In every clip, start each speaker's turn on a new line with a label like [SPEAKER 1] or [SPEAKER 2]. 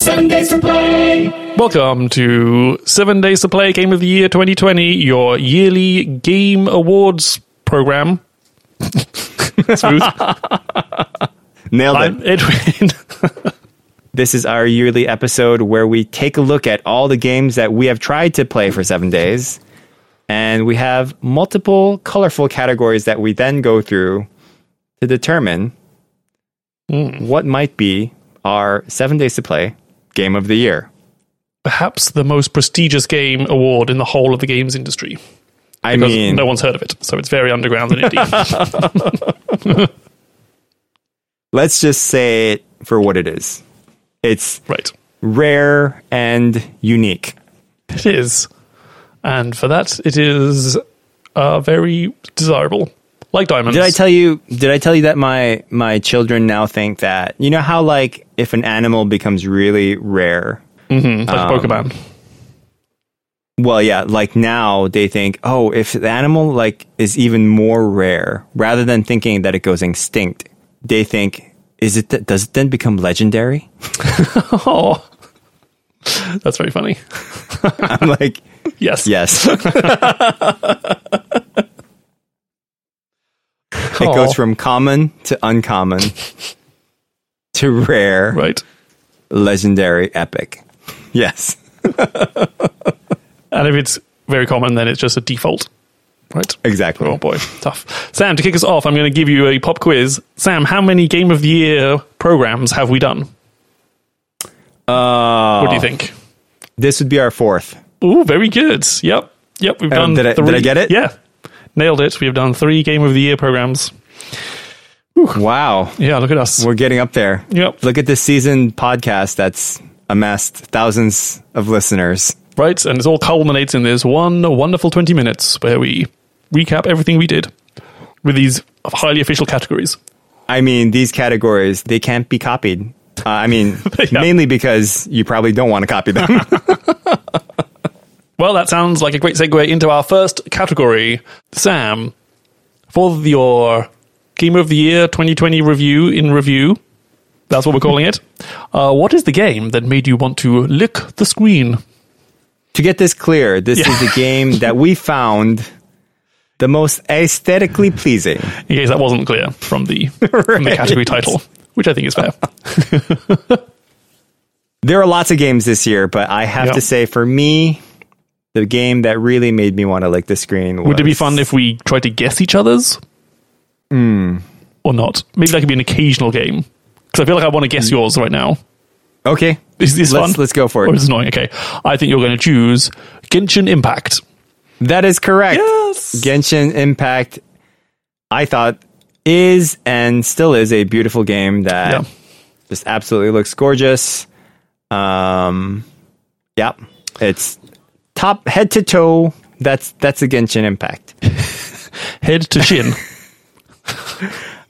[SPEAKER 1] Seven days to play.
[SPEAKER 2] Welcome to Seven Days to Play Game of the Year 2020, your yearly game awards program. Smooth.
[SPEAKER 3] Nailed it.
[SPEAKER 2] I'm Edwin.
[SPEAKER 3] This is our yearly episode where we take a look at all the games that we have tried to play for seven days. And we have multiple colorful categories that we then go through to determine
[SPEAKER 2] Hmm.
[SPEAKER 3] what might be our seven days to play game of the year.
[SPEAKER 2] Perhaps the most prestigious game award in the whole of the games industry.
[SPEAKER 3] I
[SPEAKER 2] Because
[SPEAKER 3] mean,
[SPEAKER 2] no one's heard of it, so it's very underground and indie.
[SPEAKER 3] let's just say it for what it is it's
[SPEAKER 2] right.
[SPEAKER 3] rare and unique.
[SPEAKER 2] It is. And for that, it is uh, very desirable. Like diamonds.
[SPEAKER 3] Did I tell you? Did I tell you that my my children now think that you know how like if an animal becomes really rare,
[SPEAKER 2] like
[SPEAKER 3] Ah.
[SPEAKER 2] Pokemon.
[SPEAKER 3] well, yeah, like now they think, oh, if the animal like is even more rare, rather than thinking that it goes extinct, they think, is it th- does it then become legendary?
[SPEAKER 2] Oh, that's very funny.
[SPEAKER 3] I'm like,
[SPEAKER 2] Yes.
[SPEAKER 3] yes. it
[SPEAKER 2] Aw.
[SPEAKER 3] goes from common to uncommon to rare,
[SPEAKER 2] Right.
[SPEAKER 3] legendary, epic. Yes.
[SPEAKER 2] And if it's very common, then it's just a default. Right?
[SPEAKER 3] Exactly.
[SPEAKER 2] Oh boy, tough. Sam, to kick us off, I'm going to give you a pop quiz. Sam, how many Game of the Year programs have we done?
[SPEAKER 3] Uh,
[SPEAKER 2] What do you think?
[SPEAKER 3] This would be our fourth.
[SPEAKER 2] Ooh, very good. Yep. Yep. We've done
[SPEAKER 3] did I- did I
[SPEAKER 2] three.
[SPEAKER 3] get it?
[SPEAKER 2] Yeah. Nailed it. We have done three Game of the Year programs.
[SPEAKER 3] Wow.
[SPEAKER 2] Yeah, look at us.
[SPEAKER 3] We're getting up there.
[SPEAKER 2] Yep.
[SPEAKER 3] Look at this season podcast that's amassed thousands of listeners.
[SPEAKER 2] right. And it all culminates in this one wonderful 20 minutes where we recap everything we did with these highly official categories.
[SPEAKER 3] I mean, these categories, they can't be copied. Uh, I mean,
[SPEAKER 2] Yeah.
[SPEAKER 3] mainly because you probably don't want to copy them.
[SPEAKER 2] Well, that sounds like a great segue into our first category. Sam, for your Game of the Year 2020 review in review, that's what we're calling it. Uh, what is the game that made you want to lick the screen?
[SPEAKER 3] to get this clear, this
[SPEAKER 2] Yeah.
[SPEAKER 3] is a game that we found the most aesthetically pleasing.
[SPEAKER 2] In case that wasn't clear from the, from the category title, which I think is fair.
[SPEAKER 3] There are lots of games this year, but I have
[SPEAKER 2] Yeah.
[SPEAKER 3] to say, for me, the game that really made me want to lick the screen was
[SPEAKER 2] Would it be fun if we tried to guess each other's? Or not? Maybe that could be an occasional game. Because I feel like I want to guess yours right now.
[SPEAKER 3] Okay.
[SPEAKER 2] Is this
[SPEAKER 3] let's,
[SPEAKER 2] fun?
[SPEAKER 3] Let's go for
[SPEAKER 2] Or
[SPEAKER 3] it.
[SPEAKER 2] is it annoying? Okay. I think you're going to choose Genshin Impact.
[SPEAKER 3] That is correct.
[SPEAKER 2] Yes.
[SPEAKER 3] Genshin Impact, I thought, is and still is a beautiful game that
[SPEAKER 2] Yeah.
[SPEAKER 3] just absolutely looks gorgeous. Um, yeah, it's top head to toe. That's that's a Genshin Impact.
[SPEAKER 2] Head to shin.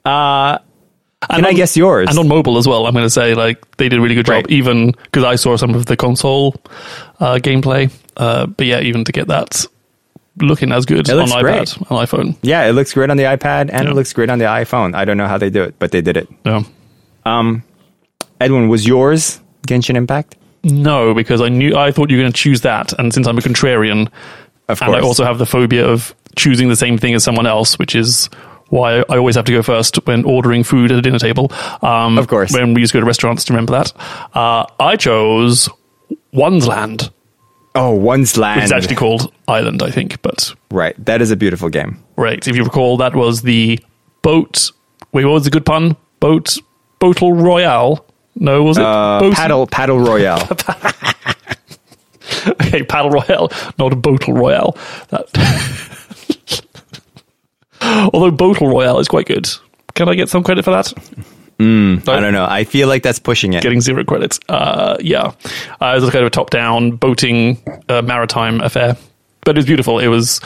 [SPEAKER 2] uh,
[SPEAKER 3] Can I guess yours?
[SPEAKER 2] And on mobile as well, I'm going to say like they did a really good job,
[SPEAKER 3] Right.
[SPEAKER 2] even because I saw some of the console uh, gameplay. Uh, but yeah, even to get that looking as good
[SPEAKER 3] It
[SPEAKER 2] on
[SPEAKER 3] looks
[SPEAKER 2] iPad,
[SPEAKER 3] great.
[SPEAKER 2] on iPhone.
[SPEAKER 3] yeah, it looks great on the iPad and
[SPEAKER 2] Yeah.
[SPEAKER 3] it looks great on the iPhone. I don't know how they do it, but they did it.
[SPEAKER 2] No,
[SPEAKER 3] Edwin, was yours Genshin Impact?
[SPEAKER 2] no, because I knew I thought you were going to choose that, and since I'm a contrarian,
[SPEAKER 3] Of
[SPEAKER 2] and I
[SPEAKER 3] course.
[SPEAKER 2] also have the phobia of choosing the same thing as someone else, which is why I always have to go first when ordering food at a dinner table. Um,
[SPEAKER 3] Of course.
[SPEAKER 2] when we used to go to restaurants, to remember that. Uh, I chose One's Land.
[SPEAKER 3] Oh, One's Land.
[SPEAKER 2] It's actually called Island, I think, but
[SPEAKER 3] Right, that is a beautiful game.
[SPEAKER 2] right. If you recall, that was the boat. Wait, what was the good pun? Boat, boatle royale. No, was it?
[SPEAKER 3] Uh,
[SPEAKER 2] Boat-
[SPEAKER 3] paddle, paddle Royale.
[SPEAKER 2] Okay, paddle royale, not a boatle royale. That. Although boatle royale is quite good. Can I get some credit for that?
[SPEAKER 3] I don't know. I feel like that's pushing it.
[SPEAKER 2] Getting zero credits. Uh, yeah, uh, it was kind of a top-down boating uh, maritime affair, but it was beautiful. It was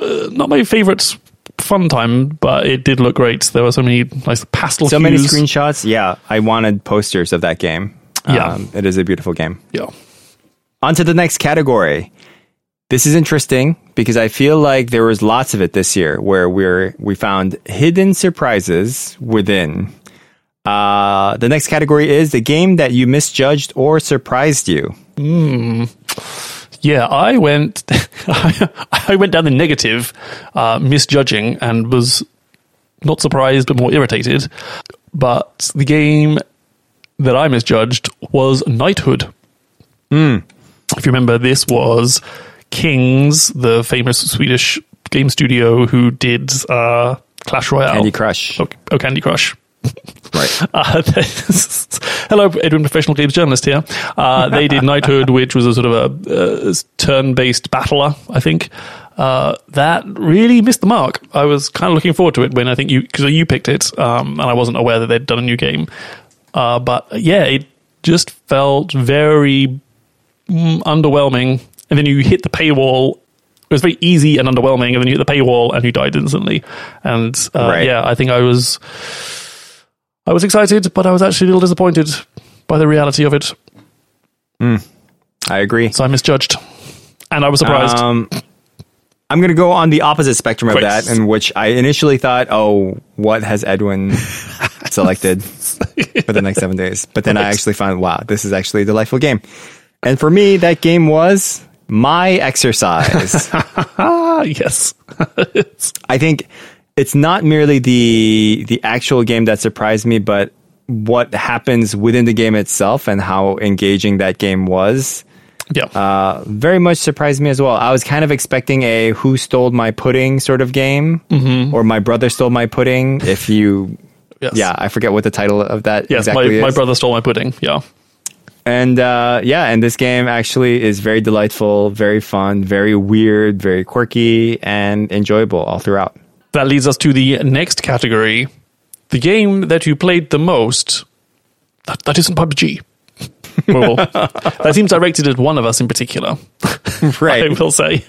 [SPEAKER 2] uh, not my favorite fun time, but it did look great. There were so many nice pastel.
[SPEAKER 3] so many
[SPEAKER 2] hues.
[SPEAKER 3] screenshots. Yeah, I wanted posters of that game. Um,
[SPEAKER 2] Yeah.
[SPEAKER 3] it is a beautiful game.
[SPEAKER 2] Yeah,
[SPEAKER 3] On to the next category. This is interesting because I feel like there was lots of it this year where we're we found hidden surprises within. Uh, the next category is the game that you misjudged or surprised you.
[SPEAKER 2] Yeah, I went. I went down the negative, uh, misjudging, and was not surprised but more irritated. But the game that I misjudged was Knighthood.
[SPEAKER 3] Hmm.
[SPEAKER 2] If you remember, this was Kings, the famous Swedish game studio who did uh, Clash Royale,
[SPEAKER 3] Candy Crush.
[SPEAKER 2] Oh, oh, Candy Crush.
[SPEAKER 3] Right.
[SPEAKER 2] Uh, hello, Edwin, professional games journalist here. Uh, they did Knighthood, which was a sort of a, uh turn-based battler, I think. Uh, that really missed the mark. I was kind of looking forward to it when I think you because you picked it, um, and I wasn't aware that they'd done a new game. Uh, but yeah, it just felt very mm, underwhelming. And then you hit the paywall. It was very easy and underwhelming, and then you hit the paywall and you died instantly. And uh,
[SPEAKER 3] Right.
[SPEAKER 2] yeah, I think I was. I was excited, but I was actually a little disappointed by the reality of it.
[SPEAKER 3] I agree.
[SPEAKER 2] So I misjudged. And I was surprised.
[SPEAKER 3] Um, I'm going to go on the opposite spectrum of
[SPEAKER 2] Great.
[SPEAKER 3] that, in which I initially thought, "Oh, what has Edwin selected for the next seven days?" But then I actually found, "Wow, this is actually a delightful game." And for me, that game was my exercise.
[SPEAKER 2] ah, yes.
[SPEAKER 3] I think it's not merely the the actual game that surprised me, but what happens within the game itself and how engaging that game was
[SPEAKER 2] yeah.
[SPEAKER 3] uh, very much surprised me as well. I was kind of expecting a "Who stole my pudding?" sort of game, or "My brother stole my pudding." If you,
[SPEAKER 2] Mm-hmm. yes.
[SPEAKER 3] yeah, I forget what the title of that
[SPEAKER 2] Yes,
[SPEAKER 3] exactly
[SPEAKER 2] my, my
[SPEAKER 3] is.
[SPEAKER 2] brother stole my pudding. Yeah.
[SPEAKER 3] And uh, yeah, and this game actually is very delightful, very fun, very weird, very quirky, and enjoyable all throughout.
[SPEAKER 2] That leads us to the next category the game that you played the most. That, that isn't PUBG. Well, that seems directed at one of us in particular, I will say.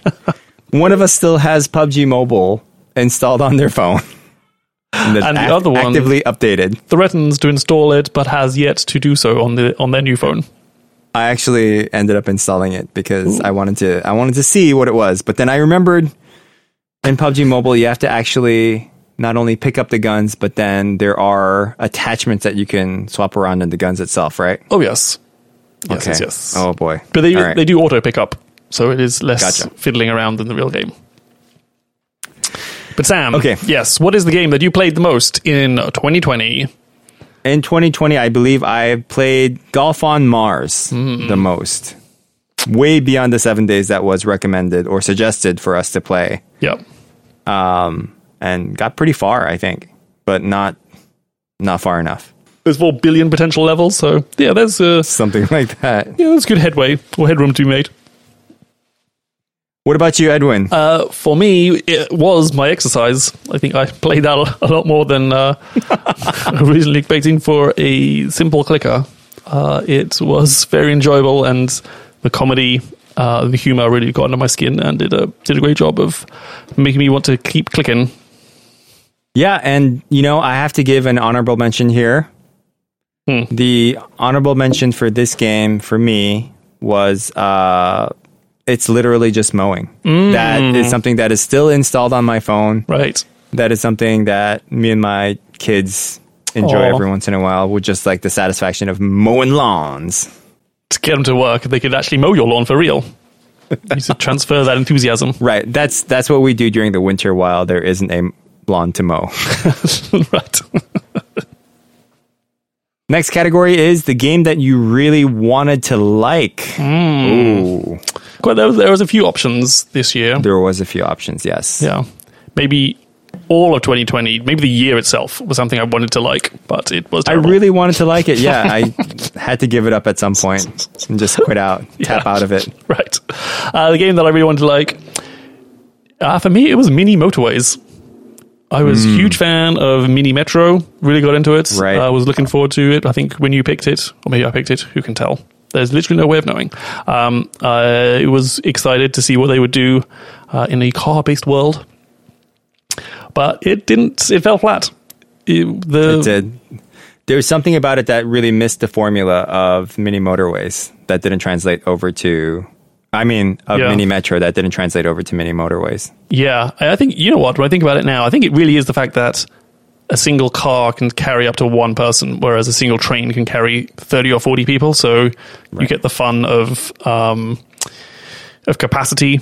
[SPEAKER 3] one of us still has PUBG Mobile installed on their phone. And, that's
[SPEAKER 2] And the
[SPEAKER 3] act-
[SPEAKER 2] other one-
[SPEAKER 3] actively updated.
[SPEAKER 2] Threatens to install it, but has yet to do so on the on their new phone.
[SPEAKER 3] I actually ended up installing it because I wanted to I wanted to see what it was, but then I remembered in PUBG Mobile you have to actually not only pick up the guns, but then there are attachments that you can swap around in the guns itself, right?
[SPEAKER 2] Oh, yes. Yes, yes, yes.
[SPEAKER 3] Oh boy.
[SPEAKER 2] But they
[SPEAKER 3] All right.
[SPEAKER 2] they do auto pick up, so it is less
[SPEAKER 3] Gotcha.
[SPEAKER 2] fiddling around than the real game. But Sam,
[SPEAKER 3] Okay.
[SPEAKER 2] yes, what is the game that you played the most in 2020?
[SPEAKER 3] in 2020, I believe I played Golf on Mars
[SPEAKER 2] Mm-hmm.
[SPEAKER 3] the most. Way beyond the seven days that was recommended or suggested for us to play. Um,
[SPEAKER 2] Yeah,
[SPEAKER 3] And got pretty far, I think, but not not far enough.
[SPEAKER 2] there's four billion potential levels, so yeah, there's uh,
[SPEAKER 3] Something like that.
[SPEAKER 2] yeah, there's good headway or headroom to be made.
[SPEAKER 3] What about you, Edwin?
[SPEAKER 2] Uh, for me, it was my exercise. I think I played that a lot more than uh, originally expecting for a simple clicker. Uh, it was very enjoyable, and the comedy, uh, the humor really got under my skin and did a did a great job of making me want to keep clicking.
[SPEAKER 3] yeah, and you know, I have to give an honorable mention here. Hmm. The honorable mention for this game for me was uh, it's literally just mowing. That is something that is still installed on my phone.
[SPEAKER 2] Right?
[SPEAKER 3] that is something that me and my kids enjoy
[SPEAKER 2] Aw.
[SPEAKER 3] every once in a while with just like the satisfaction of mowing lawns.
[SPEAKER 2] To get them to work, they could actually mow your lawn for real. You should transfer that enthusiasm.
[SPEAKER 3] Right. That's that's what we do during the winter while there isn't a lawn to mow.
[SPEAKER 2] right.
[SPEAKER 3] Next category is the game that you really wanted to like. Ooh.
[SPEAKER 2] Quite, there, was, there was a few options this year.
[SPEAKER 3] There was a few options, yes.
[SPEAKER 2] Yeah. Maybe all of 2020, maybe the year itself was something I wanted to like, but it was
[SPEAKER 3] I
[SPEAKER 2] terrible.
[SPEAKER 3] really wanted to like it. Yeah, I had to give it up at some point and just quit out, tap
[SPEAKER 2] Yeah.
[SPEAKER 3] out of it.
[SPEAKER 2] right. Uh, the game that I really wanted to like, uh, for me, it was Mini Motorways. I was a huge fan of Mini Metro. Really got into it.
[SPEAKER 3] Hmm. Right.
[SPEAKER 2] I was looking forward to it. I think when you picked it, or maybe I picked it. Who can tell? There's literally no way of knowing. Um, I was excited to see what they would do uh, in a car-based world, but it didn't. It fell flat. It- the,
[SPEAKER 3] It did. There was something about it that really missed the formula of mini motorways that didn't translate over to. I mean, of
[SPEAKER 2] Yeah.
[SPEAKER 3] mini metro that didn't translate over to mini motorways.
[SPEAKER 2] Yeah, I I think you know what. When I think about it now, I think it really is the fact that a single car can carry up to one person, whereas a single train can carry thirty or forty people. So you get the fun of um, of capacity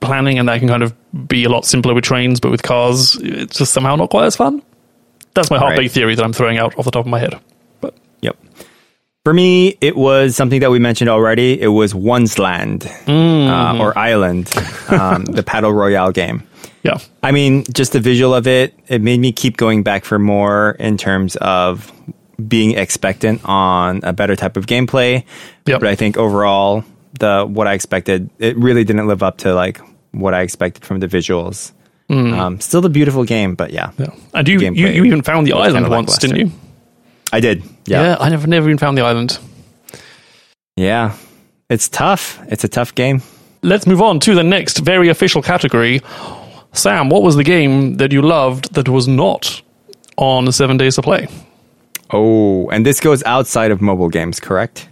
[SPEAKER 2] planning, and that can kind of be a lot simpler with trains, but with cars, it's just somehow not quite as fun. That's my hot
[SPEAKER 3] Right.
[SPEAKER 2] bake theory that I'm throwing out off the top of my head. But
[SPEAKER 3] Yep. For me, it was something that we mentioned already. It was One's Land uh, or Island, um, the Paddle Royale game.
[SPEAKER 2] yeah,
[SPEAKER 3] I mean, just the visual of it, it made me keep going back for more in terms of being expectant on a better type of gameplay.
[SPEAKER 2] Yep.
[SPEAKER 3] But I think overall, the what I expected, it really didn't live up to like what I expected from the visuals. Um, still a beautiful game, but yeah,
[SPEAKER 2] Mm. yeah. And you, you,
[SPEAKER 3] Gameplay
[SPEAKER 2] you even found the
[SPEAKER 3] was
[SPEAKER 2] island
[SPEAKER 3] kinda
[SPEAKER 2] once, didn't you?
[SPEAKER 3] lackluster. I did.
[SPEAKER 2] Yeah.
[SPEAKER 3] Yeah.
[SPEAKER 2] I never, never even found the island.
[SPEAKER 3] yeah. It's tough. It's a tough game.
[SPEAKER 2] Let's move on to the next very official category. Sam, what was the game that you loved that was not on Seven Days to Play?
[SPEAKER 3] Oh, and this goes outside of mobile games, correct?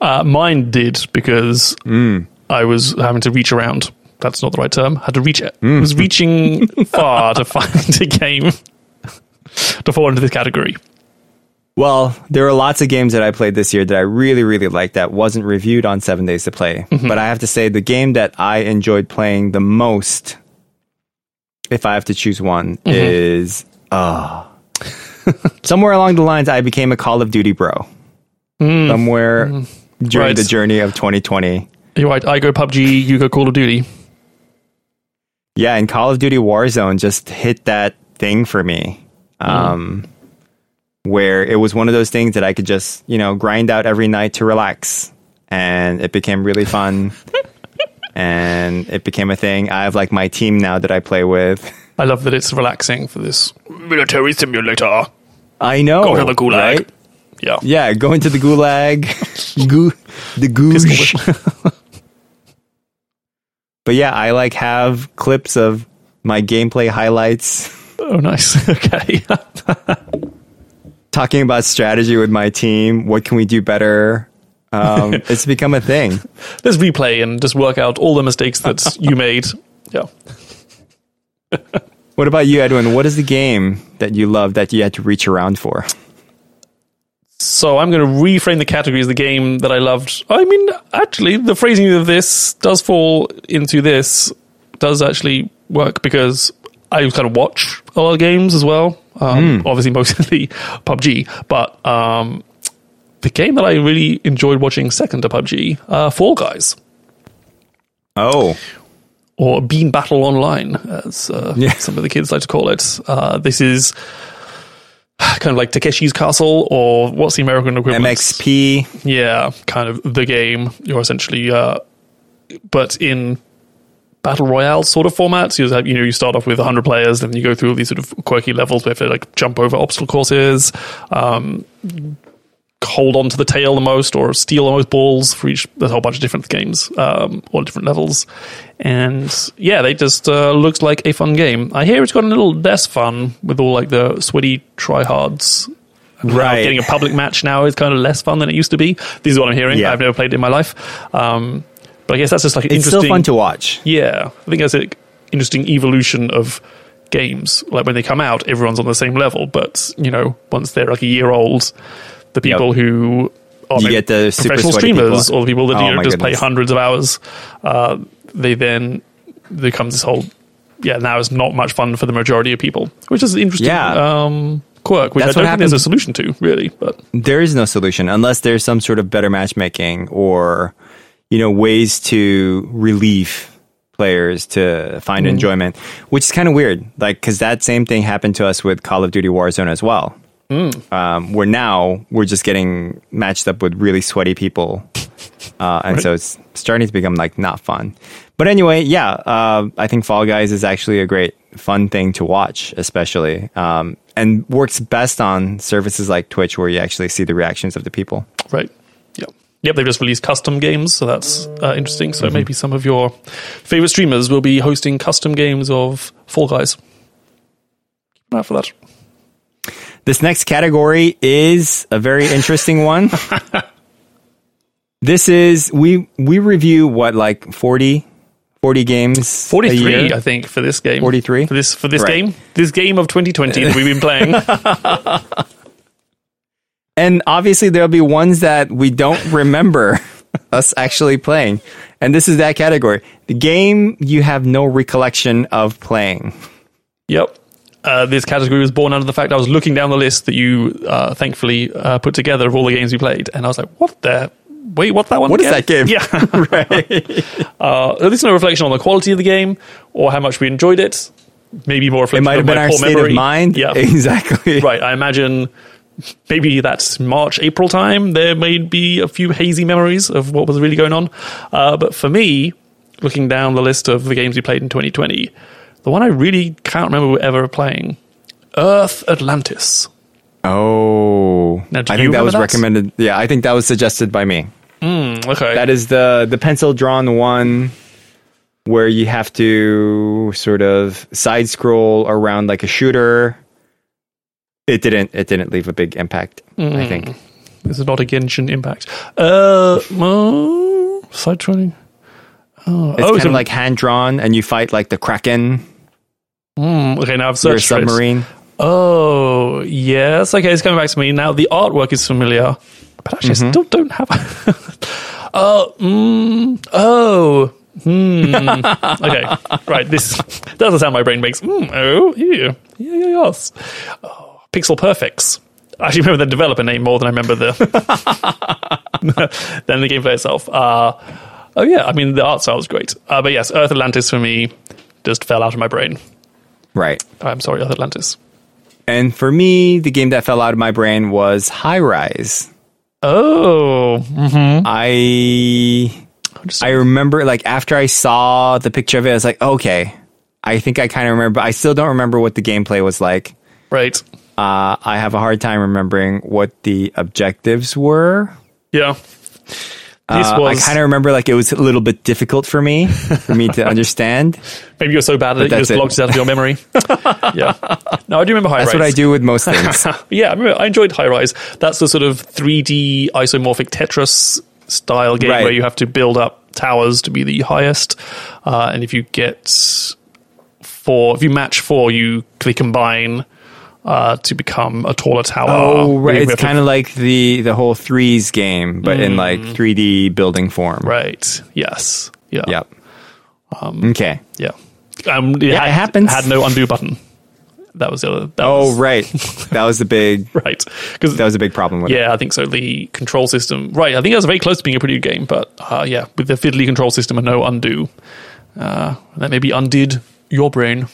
[SPEAKER 2] Uh, mine did because I was having to reach around. That's not the right term. had to reach it. Was reaching far to find a game to fall into this category.
[SPEAKER 3] Well, there are lots of games that I played this year that I really, really liked that wasn't reviewed on Seven Days to Play. But I have to say, the game that I enjoyed playing the most, if I have to choose one, is uh, somewhere along the lines I became a Call of Duty bro. Somewhere during
[SPEAKER 2] Right.
[SPEAKER 3] the journey of 2020.
[SPEAKER 2] You're right. I go PUBG. You go Call of Duty.
[SPEAKER 3] Yeah, and Call of Duty Warzone just hit that thing for me.
[SPEAKER 2] Hmm.
[SPEAKER 3] Um, Where it was one of those things that I could just, you know, grind out every night to relax. And it became really fun. and it became a thing. I have like my team now that I play with.
[SPEAKER 2] I love that it's relaxing for this military simulator.
[SPEAKER 3] I know.
[SPEAKER 2] Go to the gulag.
[SPEAKER 3] right?
[SPEAKER 2] Yeah.
[SPEAKER 3] Yeah, going to the gulag. Goo, the goosh. But yeah, I like have clips of my gameplay highlights.
[SPEAKER 2] Oh, nice. Okay.
[SPEAKER 3] talking about strategy with my team. What can we do better? Um, it's become a thing.
[SPEAKER 2] Let's replay and just work out all the mistakes that you made. Yeah.
[SPEAKER 3] What about you, Edwin? What is the game that you love that you had to reach around for?
[SPEAKER 2] So I'm going to reframe the category as the game that I loved. I mean, actually, the phrasing of this does fall into this, does actually work because I kind of watch a lot of games as well. Um, Obviously, mostly PUBG, but um, the game that I really enjoyed watching second to PUBG, uh, Fall Guys.
[SPEAKER 3] Oh,
[SPEAKER 2] or Bean Battle Online, as uh, some of the kids like to call it. Uh, this is kind of like Takeshi's Castle, or what's the American equivalent?
[SPEAKER 3] MXP.
[SPEAKER 2] Yeah, kind of the game. You're essentially, uh, but in battle royale sort of formats. You, have, you know, you start off with 100 players, then you go through all these sort of quirky levels where you have to like jump over obstacle courses, um, hold on to the tail the most, or steal the most balls for each. There's a whole bunch of different games, um, all different levels, and yeah, they just uh, looks like a fun game. I hear it's got a little less fun with all like the sweaty tryhards. And how
[SPEAKER 3] Right.
[SPEAKER 2] getting a public match now is kind of less fun than it used to be. This is what I'm hearing.
[SPEAKER 3] Yeah.
[SPEAKER 2] I've never played it in my life, um, but I guess that's just like an
[SPEAKER 3] It's
[SPEAKER 2] interesting.
[SPEAKER 3] still fun to watch.
[SPEAKER 2] Yeah, I think that's an interesting evolution of games. Like when they come out, everyone's on the same level, but you know, once they're like a year old, the people who are
[SPEAKER 3] You
[SPEAKER 2] maybe
[SPEAKER 3] get the super
[SPEAKER 2] professional
[SPEAKER 3] sweaty
[SPEAKER 2] streamers
[SPEAKER 3] people.
[SPEAKER 2] or the people that
[SPEAKER 3] Oh
[SPEAKER 2] you know,
[SPEAKER 3] my
[SPEAKER 2] just play
[SPEAKER 3] goodness.
[SPEAKER 2] hundreds of hours, uh, they then there comes this whole yeah now it's not much fun for the majority of people, which is an interesting
[SPEAKER 3] Yeah.
[SPEAKER 2] um, quirk. Which
[SPEAKER 3] That's
[SPEAKER 2] I
[SPEAKER 3] what
[SPEAKER 2] don't think there's a
[SPEAKER 3] happened-
[SPEAKER 2] solution to really, but
[SPEAKER 3] There is no solution unless there's some sort of better matchmaking or, you know, ways to relieve players to find enjoyment, which is kind of weird. Like, because that same thing happened to us with Call of Duty Warzone as well. um, where now we're just getting matched up with really sweaty people. Uh, and so it's starting to become like not fun. But anyway, yeah, uh, I think Fall Guys is actually a great fun thing to watch, especially, um, and works best on services like Twitch where you actually see the reactions of the people.
[SPEAKER 2] Right. Yep. Yep. They've just released custom games, so that's uh, interesting.
[SPEAKER 3] Mm-hmm.
[SPEAKER 2] So maybe some of your favorite streamers will be hosting custom games of Fall Guys. Keep an eye for that.
[SPEAKER 3] This next category is a very interesting one. this is we we review what like 40 40 games. a
[SPEAKER 2] 43,
[SPEAKER 3] year.
[SPEAKER 2] I think, for this game.
[SPEAKER 3] 43?
[SPEAKER 2] For this, for this
[SPEAKER 3] Right.
[SPEAKER 2] game. This game of 2020 that we've been playing.
[SPEAKER 3] And obviously, there'll be ones that we don't remember us actually playing. And this is that category. The game you have no recollection of playing.
[SPEAKER 2] Yep. Uh, this category was born out of the fact I was looking down the list that you uh, thankfully uh, put together of all the games we played, and I was like, "What the? Wait, what's that one?
[SPEAKER 3] What is
[SPEAKER 2] again?
[SPEAKER 3] that game?
[SPEAKER 2] Yeah, Uh, there's no reflection on the quality of the game or how much we enjoyed it. Maybe more
[SPEAKER 3] It
[SPEAKER 2] reflection.
[SPEAKER 3] might have
[SPEAKER 2] on
[SPEAKER 3] been
[SPEAKER 2] my
[SPEAKER 3] our
[SPEAKER 2] poor
[SPEAKER 3] state
[SPEAKER 2] memory.
[SPEAKER 3] of mind.
[SPEAKER 2] Yeah,
[SPEAKER 3] Exactly.
[SPEAKER 2] right. I imagine maybe that's March, April time. There may be a few hazy memories of what was really going on. Uh, but for me, looking down the list of the games we played in 2020, the one I really can't remember ever playing Earth Atlantis.
[SPEAKER 3] Oh.
[SPEAKER 2] Now, do
[SPEAKER 3] I think
[SPEAKER 2] you
[SPEAKER 3] that was
[SPEAKER 2] remember that?
[SPEAKER 3] recommended. Yeah, I think that was suggested by me. Hmm,
[SPEAKER 2] Okay.
[SPEAKER 3] That is the the pencil drawn one where you have to sort of side scroll around like a shooter. It didn't it didn't leave a big impact, I think.
[SPEAKER 2] this is not a Genshin impact. Uh, uh, side trolling. Oh,
[SPEAKER 3] It's
[SPEAKER 2] oh,
[SPEAKER 3] kind
[SPEAKER 2] so-
[SPEAKER 3] of like hand drawn and you fight like the Kraken
[SPEAKER 2] mm, okay. Now I've
[SPEAKER 3] or a
[SPEAKER 2] searched for it.
[SPEAKER 3] submarine.
[SPEAKER 2] Oh yes, okay, it's coming back to me now. The artwork is familiar, but actually, I still don't have. Oh, mm, oh, hmm. okay, right. This that's the sound my brain makes. Mm, oh, ew. yeah, yeah, yes. Oh, Pixel Perfects. I actually remember the developer name more than I remember the than the gameplay itself. Uh, oh yeah, I mean the art style is great, uh, but yes, Earth Atlantis for me just fell out of my brain.
[SPEAKER 3] Right.
[SPEAKER 2] I'm sorry, Earth Atlantis.
[SPEAKER 3] And for me, the game that fell out of my brain was High Rise.
[SPEAKER 2] Oh,
[SPEAKER 3] I
[SPEAKER 2] just-
[SPEAKER 3] I remember like after I saw the picture of it, I was like, okay. I think I kind of remember. but I still don't remember what the gameplay was like.
[SPEAKER 2] Right.
[SPEAKER 3] Uh, I have a hard time remembering what the objectives were.
[SPEAKER 2] Yeah. This
[SPEAKER 3] Uh, I
[SPEAKER 2] was
[SPEAKER 3] kind of remember like it was a little bit difficult for me for me to understand. That's
[SPEAKER 2] maybe you're so bad at it you
[SPEAKER 3] that's
[SPEAKER 2] just
[SPEAKER 3] it.
[SPEAKER 2] logged it out of your memory. yeah. No, I do remember high rise.
[SPEAKER 3] what I do with most things.
[SPEAKER 2] Yeah, I, remember, I enjoyed high rise. That's the sort of 3D isomorphic Tetris style game
[SPEAKER 3] Right.
[SPEAKER 2] where you have to build up towers to be the highest, uh, and if you get four, if you match four, you they combine. Uh, to become a taller tower.
[SPEAKER 3] oh, right.
[SPEAKER 2] We
[SPEAKER 3] It's
[SPEAKER 2] have to-
[SPEAKER 3] kind of like the the whole threes game, but in like 3D building form.
[SPEAKER 2] Mm. right. Yes. Yeah.
[SPEAKER 3] Yep. okay.
[SPEAKER 2] Yeah. Um, it
[SPEAKER 3] Yeah, it happens.
[SPEAKER 2] Had no undo button. That was the other. That
[SPEAKER 3] Oh,
[SPEAKER 2] was,
[SPEAKER 3] right. That was the big.
[SPEAKER 2] right. Because
[SPEAKER 3] That was a big problem with it.
[SPEAKER 2] yeah, I think so. The control system, right? I think it was very close to being a pretty good game, but uh, yeah, with the fiddly control system and no undo, uh, that maybe undid your brain.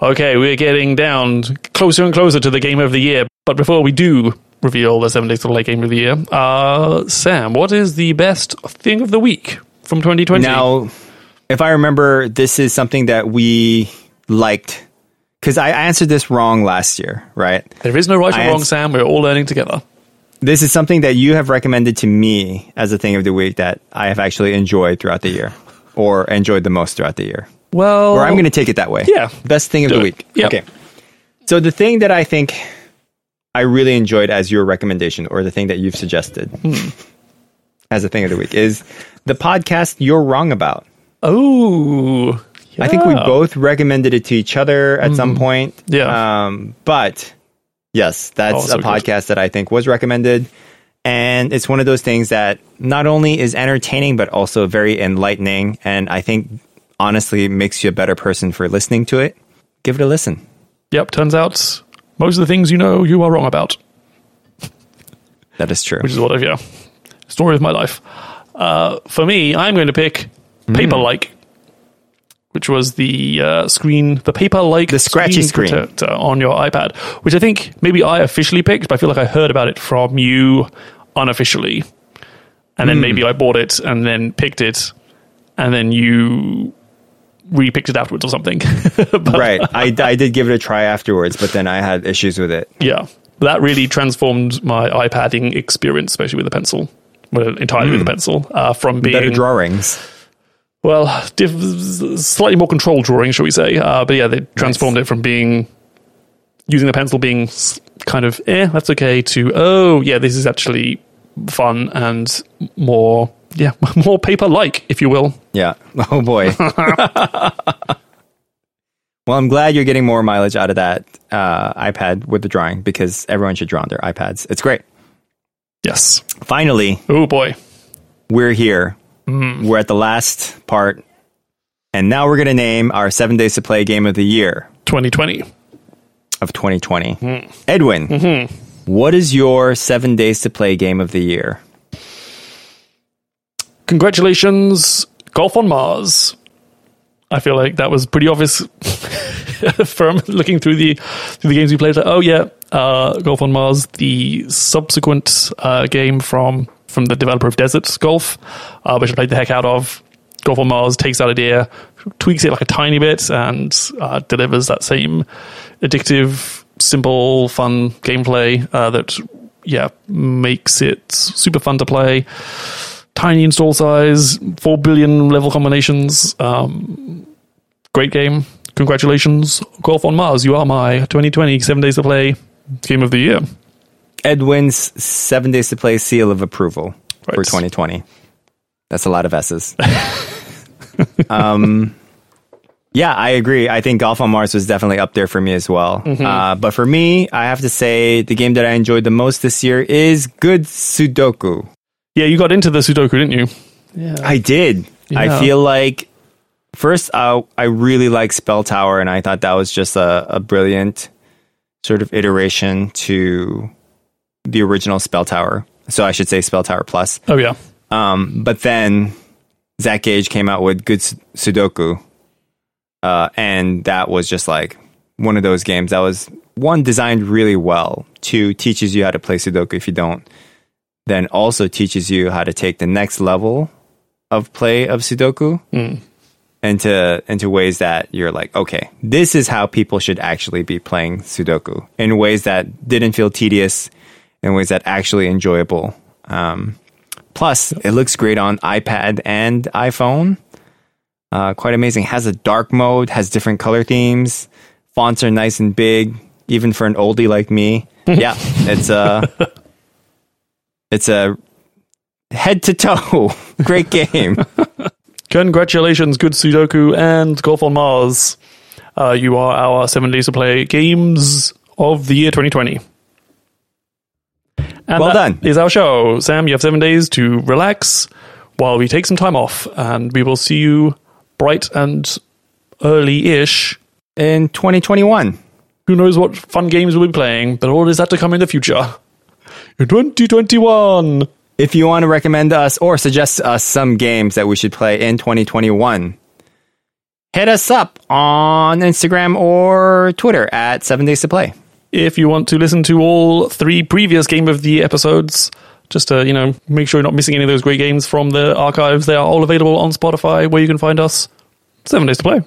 [SPEAKER 2] okay, we're getting down closer and closer to the game of the year, but before we do reveal the seven days to late game of the year, uh, Sam, what is the best thing of the week from 2020?
[SPEAKER 3] Now, if I remember, this is something that we liked because I answered this wrong last year, right?
[SPEAKER 2] there is no right
[SPEAKER 3] I
[SPEAKER 2] or wrong,
[SPEAKER 3] ans-
[SPEAKER 2] Sam. We're all learning together.
[SPEAKER 3] This is something that you have recommended to me as a thing of the week that I have actually enjoyed throughout the year or enjoyed the most throughout the year.
[SPEAKER 2] Well,
[SPEAKER 3] Or I'm going to take it that way.
[SPEAKER 2] Oh. Yeah.
[SPEAKER 3] Best thing of
[SPEAKER 2] Do
[SPEAKER 3] the
[SPEAKER 2] it.
[SPEAKER 3] week.
[SPEAKER 2] Yeah.
[SPEAKER 3] Okay. So the thing that I think I really enjoyed as your recommendation or the thing that you've suggested
[SPEAKER 2] Hmm.
[SPEAKER 3] as a thing of the week is the podcast You're Wrong About.
[SPEAKER 2] Oh,
[SPEAKER 3] I think we
[SPEAKER 2] yeah. Mm.
[SPEAKER 3] both recommended it to each other at some point.
[SPEAKER 2] Yeah.
[SPEAKER 3] Um, but yes, that's
[SPEAKER 2] Also
[SPEAKER 3] a
[SPEAKER 2] good.
[SPEAKER 3] podcast that I think was recommended. And it's one of those things that not only is entertaining, but also very enlightening. And I think honestly makes you a better person for listening to it. Give it a listen.
[SPEAKER 2] Yep, turns out most of the things you know you are wrong about,
[SPEAKER 3] That is true.
[SPEAKER 2] which is what I've, yeah, story of my life. Uh, for me, I'm going to pick
[SPEAKER 3] Hmm.
[SPEAKER 2] Paper Like, which was the uh, screen, the paper like
[SPEAKER 3] The scratchy screen.
[SPEAKER 2] protector on your iPad, which I think maybe I officially picked, but I feel like I heard about it from you unofficially. And
[SPEAKER 3] Hmm.
[SPEAKER 2] then maybe I bought it and then picked it, and then you re picked it afterwards or something. But-
[SPEAKER 3] right. I, I did give it a try afterwards, but then I had issues with it.
[SPEAKER 2] yeah, that really transformed my iPadding experience, especially with a pencil, well, entirely with a pencil, uh, from
[SPEAKER 3] Better
[SPEAKER 2] being
[SPEAKER 3] drawings.
[SPEAKER 2] well, diff- slightly more controlled drawing, shall we say? Uh, but yeah, they transformed it from being using the pencil being s- kind of eh, that's okay, to oh yeah, this is actually fun and more yeah, more paper like, if you will.
[SPEAKER 3] Yeah. Oh boy. well, I'm glad you're getting more mileage out of that uh, iPad with the drawing because everyone should draw on their iPads. It's great.
[SPEAKER 2] Yes.
[SPEAKER 3] Finally,
[SPEAKER 2] Oh boy.
[SPEAKER 3] we're here. We're at the last part, and now we're going to name our seven days to play game of the year
[SPEAKER 2] 2020.
[SPEAKER 3] of 2020. Edwin, what is your seven days to play game of the year?
[SPEAKER 2] Congratulations, Golf on Mars. I feel like that was pretty obvious from looking through the through the games we played. Like, oh yeah, uh, Golf on Mars, the subsequent uh, game from from the developer of Desert Golf, uh, which I played the heck out of. Golf on Mars takes that idea, tweaks it like a tiny bit, and uh, delivers that same addictive, simple, fun gameplay uh, that yeah makes it super fun to play tiny install size, four billion level combinations. Um, great game. Congratulations, Golf on Mars. You are my 2020 seven days to play game of the year.
[SPEAKER 3] Edwin's seven days to play seal of approval for
[SPEAKER 2] Right.
[SPEAKER 3] 2020. That's a lot of S's. um, yeah, I agree. I think Golf on Mars was definitely up there for me as well. Uh, but for me, I have to say the game that I enjoyed the most this year is Good Sudoku.
[SPEAKER 2] Yeah, you got into the Sudoku, didn't you? Yeah.
[SPEAKER 3] I did.
[SPEAKER 2] Yeah.
[SPEAKER 3] I feel like first, uh, I really like Spell Tower, and I thought that was just a, a brilliant sort of iteration to the original Spell Tower. So I should say Spell Tower Plus.
[SPEAKER 2] Oh yeah.
[SPEAKER 3] Um, but then Zach Gage came out with Good Su- Sudoku, uh, and that was just like one of those games that was one designed really well. Two teaches you how to play Sudoku if you don't. Then also teaches you how to take the next level of play of Sudoku into into ways that you're like, okay, this is how people should actually be playing Sudoku in ways that didn't feel tedious, in ways that actually enjoyable. Um, plus, it looks great on iPad and iPhone. Uh, quite amazing. Has a dark mode. Has different color themes. Fonts are nice and big, even for an oldie like me. yeah, it's a it's a head to toe great game.
[SPEAKER 2] Congratulations, good Sudoku and Golf on Mars. Uh, you are our seven days to play games of the year 2020. And
[SPEAKER 3] Well
[SPEAKER 2] that
[SPEAKER 3] done.
[SPEAKER 2] Is our show, Sam? You have seven days to relax while we take some time off, and we will see you bright and early-ish.
[SPEAKER 3] In 2021.
[SPEAKER 2] Who knows what fun games we'll be playing? But all is that to come in the future. In 2021.
[SPEAKER 3] If you want to recommend us or suggest to us some games that we should play in 2021, hit us up on Instagram or Twitter at 7 Days to Play.
[SPEAKER 2] If you want to listen to all three previous Game of the Year episodes, just to, you know, make sure you're not missing any of those great games from the archives, they are all available on Spotify, where you can find us. Seven days to play.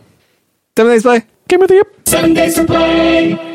[SPEAKER 3] 7 Days to Play.
[SPEAKER 2] Game of the Year.
[SPEAKER 1] Seven days to play.